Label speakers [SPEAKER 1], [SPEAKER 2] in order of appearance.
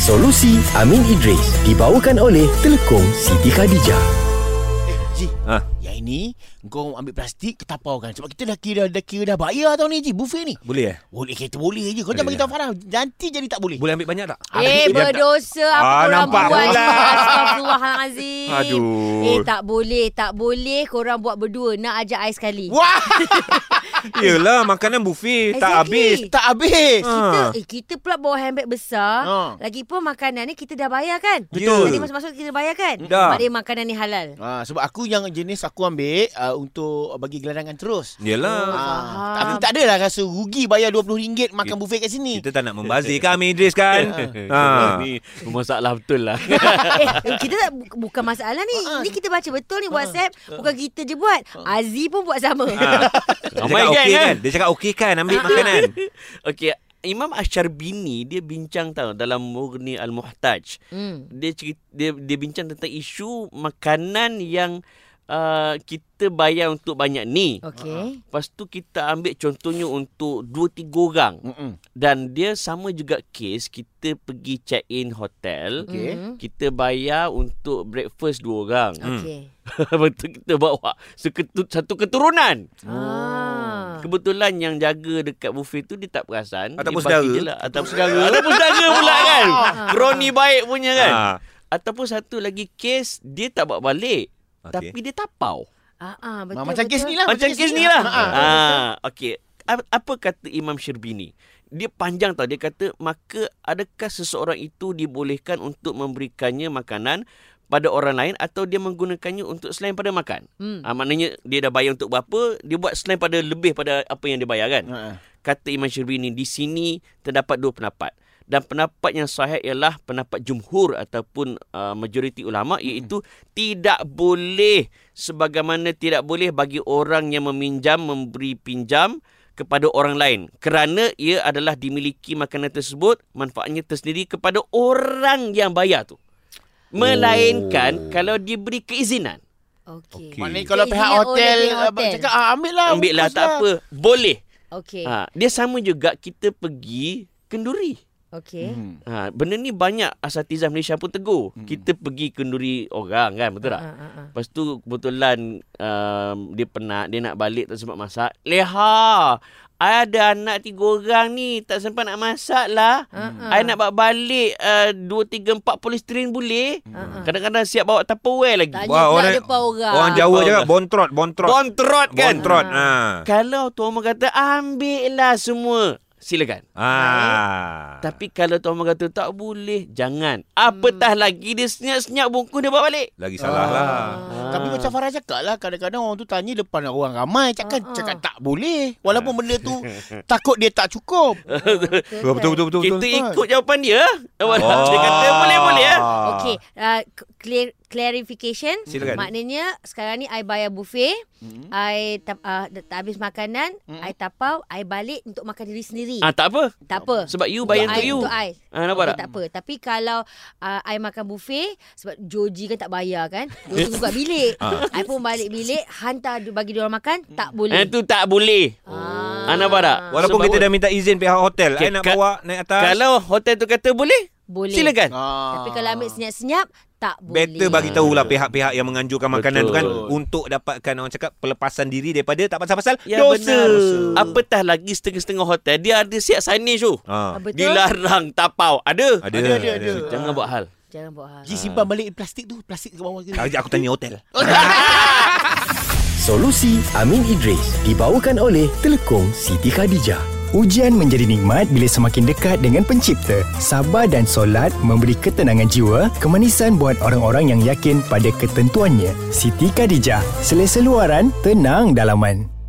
[SPEAKER 1] Solusi Amin Idris dibawakan oleh Telekom Siti Khadijah.
[SPEAKER 2] Ji
[SPEAKER 3] Ha.
[SPEAKER 2] Yang ini Kau ambil plastik Ketapau kan Sebab kita dah kira Dah kira dah bayar tau ni Ji Buffet ni
[SPEAKER 3] Boleh eh?
[SPEAKER 2] Boleh kita boleh je Kau jangan
[SPEAKER 3] Boleh, lah.
[SPEAKER 2] beritahu Farah Nanti jadi tak boleh
[SPEAKER 3] Boleh ambil banyak tak?
[SPEAKER 2] Habis
[SPEAKER 4] Eh
[SPEAKER 2] dia
[SPEAKER 4] berdosa
[SPEAKER 3] tak-
[SPEAKER 4] apa
[SPEAKER 3] Ah,
[SPEAKER 4] ah, korang
[SPEAKER 3] nampak
[SPEAKER 4] buat
[SPEAKER 3] pula.
[SPEAKER 4] Astagfirullahalazim
[SPEAKER 3] Aduh.
[SPEAKER 4] Eh tak boleh Tak boleh korang buat berdua Nak ajak I sekali
[SPEAKER 2] Wah
[SPEAKER 3] Yelah, makanan buffet tak habis.
[SPEAKER 4] Exactly.
[SPEAKER 2] Eh, Tak habis
[SPEAKER 3] Ha.
[SPEAKER 4] Kita, eh, kita pula bawa handbag besar
[SPEAKER 2] Ha.
[SPEAKER 4] Lagipun makanan ni kita dah bayar kan
[SPEAKER 3] Betul.
[SPEAKER 4] Tadi masuk-masuk kita bayar kan
[SPEAKER 3] Dah.
[SPEAKER 4] Maknanya makanan ni halal
[SPEAKER 2] Ha, sebab aku yang jenis aku ambil uh, untuk bagi gelandangan terus.
[SPEAKER 5] Oh,
[SPEAKER 3] Yelah.
[SPEAKER 2] Ah,
[SPEAKER 4] Oh, faham.
[SPEAKER 2] tak, tak adalah rasa rugi bayar RM20 makan buffet kat sini.
[SPEAKER 3] Kita tak nak membazir kan Amin Idris kan? ha.
[SPEAKER 5] Ni bermasalah betul lah.
[SPEAKER 4] Eh kita tak bu- Bukan masalah ni
[SPEAKER 2] Ah.
[SPEAKER 4] Ni kita baca betul ni Whatsapp Bukan kita je buat Aziz pun buat sama
[SPEAKER 3] ha. Dia
[SPEAKER 5] Ramai
[SPEAKER 3] cakap
[SPEAKER 5] geng,
[SPEAKER 3] okey
[SPEAKER 5] kan?
[SPEAKER 3] kan? Dia cakap okey kan
[SPEAKER 4] Ah.
[SPEAKER 3] ambil makanan.
[SPEAKER 5] Okey, Imam Ash-Sharbini dia bincang tau dalam Mughni Al-Muhtaj.
[SPEAKER 4] hmm.
[SPEAKER 5] Dia cerita, dia dia bincang tentang isu makanan yang uh, kita bayar untuk banyak ni.
[SPEAKER 4] Okay
[SPEAKER 5] Lepas tu kita ambil contohnya untuk 2 3 orang
[SPEAKER 2] Mm-mm.
[SPEAKER 5] dan dia sama juga kes kita pergi check in hotel.
[SPEAKER 2] Ah, Okey. Hmm.
[SPEAKER 4] hmm.
[SPEAKER 5] Kita bayar untuk breakfast dua orang.
[SPEAKER 4] Okay
[SPEAKER 5] Lepas tu kita bawa seketu, satu keturunan.
[SPEAKER 2] Oh.
[SPEAKER 4] ah.
[SPEAKER 5] Kebetulan yang jaga dekat buffet tu dia tak perasan.
[SPEAKER 3] Ataupun
[SPEAKER 5] Dia bagi
[SPEAKER 3] saudara. Ah.
[SPEAKER 5] je lah. Ataupun saudara. Ataupun saudara pula kan. Kroni baik punya kan.
[SPEAKER 3] Ha.
[SPEAKER 5] Ataupun satu lagi kes dia tak bawa balik.
[SPEAKER 3] Okey.
[SPEAKER 5] Tapi dia tapau.
[SPEAKER 4] Ah, ah,
[SPEAKER 2] Ha,
[SPEAKER 4] betul,
[SPEAKER 2] macam
[SPEAKER 4] betul.
[SPEAKER 2] kes ni lah.
[SPEAKER 5] Macam kes ni lah.
[SPEAKER 2] Ha, ha.
[SPEAKER 5] Ah, okey. A- Apa kata Imam Syirbini? Dia panjang tau. Dia kata, maka adakah seseorang itu dibolehkan untuk memberikannya makanan pada orang lain atau dia menggunakannya untuk selain pada makan?
[SPEAKER 4] Hmm.
[SPEAKER 5] Ah, maknanya dia dah bayar untuk berapa, dia buat selain pada lebih pada apa yang dia bayar kan?
[SPEAKER 2] Ha, ha.
[SPEAKER 5] Kata Imam Syarbini, di sini terdapat dua pendapat. Dan pendapat yang sahih ialah pendapat jumhur ataupun uh, majoriti ulama iaitu tidak boleh sebagaimana tidak boleh bagi orang yang meminjam memberi pinjam kepada orang lain kerana ia adalah dimiliki makanan tersebut manfaatnya tersendiri kepada orang yang bayar tu. Melainkan oh. kalau diberi keizinan.
[SPEAKER 4] Okay.
[SPEAKER 3] Okey.
[SPEAKER 2] Maknanya kalau
[SPEAKER 4] Kita
[SPEAKER 2] pihak
[SPEAKER 4] izin oleh
[SPEAKER 2] hotel,
[SPEAKER 4] pihak
[SPEAKER 2] ah,
[SPEAKER 4] hotel.
[SPEAKER 2] cakap ah, ambil lah.
[SPEAKER 5] Ambil lah
[SPEAKER 2] bungkus
[SPEAKER 5] tak apa, boleh.
[SPEAKER 4] Okay.
[SPEAKER 3] Ah.
[SPEAKER 5] Ha, dia sama juga kita pergi kenduri.
[SPEAKER 4] Okay.
[SPEAKER 2] Hmm.
[SPEAKER 5] Ha, benda ni banyak asatizah Malaysia pun tegur. Hmm. Kita pergi kenduri orang kan, betul tak?
[SPEAKER 4] Ah, ah, ah.
[SPEAKER 5] Lepas tu kebetulan um, dia penat, dia nak balik tak sempat masak. Leha, I ada anak tiga orang ni, tak sempat nak masak lah.
[SPEAKER 4] Hmm.
[SPEAKER 5] I nak bawa balik uh, dua, tiga, empat polystyrene boleh.
[SPEAKER 4] Ah, ah.
[SPEAKER 5] Kadang-kadang siap bawa tupperware lagi.
[SPEAKER 4] Tanya
[SPEAKER 3] Wah,
[SPEAKER 4] pula
[SPEAKER 3] orang-
[SPEAKER 4] depan orang.
[SPEAKER 3] Orang Jawa
[SPEAKER 5] Apa
[SPEAKER 3] cakap
[SPEAKER 5] lah.
[SPEAKER 3] bontrot, bontrot.
[SPEAKER 5] Bontrot kan?
[SPEAKER 3] Bontrot. Ha.
[SPEAKER 4] Ah.
[SPEAKER 5] Kalau Tuan Rumah kata, ambil lah semua. Silakan.
[SPEAKER 3] Ha.
[SPEAKER 5] Tapi kalau Tuan Rumah kata tak boleh, jangan. Apatah lagi dia senyap-senyap bungkus dia bawa balik.
[SPEAKER 3] Lagi salah
[SPEAKER 2] Ah.
[SPEAKER 3] lah.
[SPEAKER 2] Tapi macam Farah cakap lah Kadang-kadang orang tu tanya Depan orang ramai Cakap, kan,
[SPEAKER 4] Ha, ha.
[SPEAKER 2] cakap tak boleh Walaupun benda tu Takut dia tak cukup
[SPEAKER 3] Betul betul betul betul.
[SPEAKER 5] Kita ikut jawapan dia. Oh.
[SPEAKER 3] Oh.
[SPEAKER 4] Ah.
[SPEAKER 5] Dia kata boleh-boleh ya.
[SPEAKER 4] Okay. Uh, clear, clarification.
[SPEAKER 3] Ah. Silakan. Mm-hmm.
[SPEAKER 4] Maknanya sekarang ni I bayar buffet.
[SPEAKER 2] Hmm.
[SPEAKER 4] I tap, uh, tak habis makanan.
[SPEAKER 2] Hmm.
[SPEAKER 4] I tapau. I balik untuk makan diri sendiri.
[SPEAKER 5] Ah tak apa.
[SPEAKER 4] tak apa.
[SPEAKER 5] Sebab you bayar untuk
[SPEAKER 4] I,
[SPEAKER 5] you.
[SPEAKER 4] Untuk I.
[SPEAKER 5] Ah nampak
[SPEAKER 4] Okey,
[SPEAKER 5] tak?
[SPEAKER 4] tak apa. Tapi kalau uh, I makan buffet sebab Joji kan tak bayar kan. Dia tunggu kat bilik.
[SPEAKER 5] Ah.
[SPEAKER 4] I pun balik bilik hantar du- bagi dia orang makan
[SPEAKER 3] Mm.
[SPEAKER 4] tak
[SPEAKER 5] Eh
[SPEAKER 4] boleh.
[SPEAKER 5] tu tak boleh.
[SPEAKER 4] Ah.
[SPEAKER 5] Ah nampak tak?
[SPEAKER 3] Walaupun
[SPEAKER 5] Sebab
[SPEAKER 3] kita dah minta izin pihak hotel, okay,
[SPEAKER 5] Okay,
[SPEAKER 3] nak
[SPEAKER 5] ka-
[SPEAKER 3] bawa naik atas.
[SPEAKER 5] kalau hotel tu kata boleh,
[SPEAKER 4] Boleh.
[SPEAKER 5] silakan.
[SPEAKER 2] Ah.
[SPEAKER 4] Tapi kalau ambil senyap-senyap tak boleh.
[SPEAKER 3] Better bagi tahulah pihak-pihak yang menganjurkan makanan tu kan
[SPEAKER 5] Betul.
[SPEAKER 3] untuk dapatkan orang cakap pelepasan diri daripada tak pasal-pasal
[SPEAKER 5] Ya
[SPEAKER 3] dosa.
[SPEAKER 5] benar. Apatah lagi setengah-setengah hotel dia ada siap signage tu.
[SPEAKER 3] Ha.
[SPEAKER 4] Ah, Betul.
[SPEAKER 5] Dilarang tapau. Ada.
[SPEAKER 3] Ada
[SPEAKER 2] Ada, ada, ada.
[SPEAKER 5] Jangan buat hal.
[SPEAKER 4] Jangan buat hal.
[SPEAKER 2] Ji simpan balik plastik tu Plastik ke bawah ke
[SPEAKER 3] Ajak aku tanya hotel.
[SPEAKER 1] Solusi Amin Idris dibawakan oleh Telekom Siti Khadijah.
[SPEAKER 6] Ujian menjadi nikmat bila semakin dekat dengan pencipta. Sabar dan solat memberi ketenangan jiwa, kemanisan buat orang-orang yang yakin pada ketentuannya. Siti Khadijah, selesa luaran, tenang dalaman.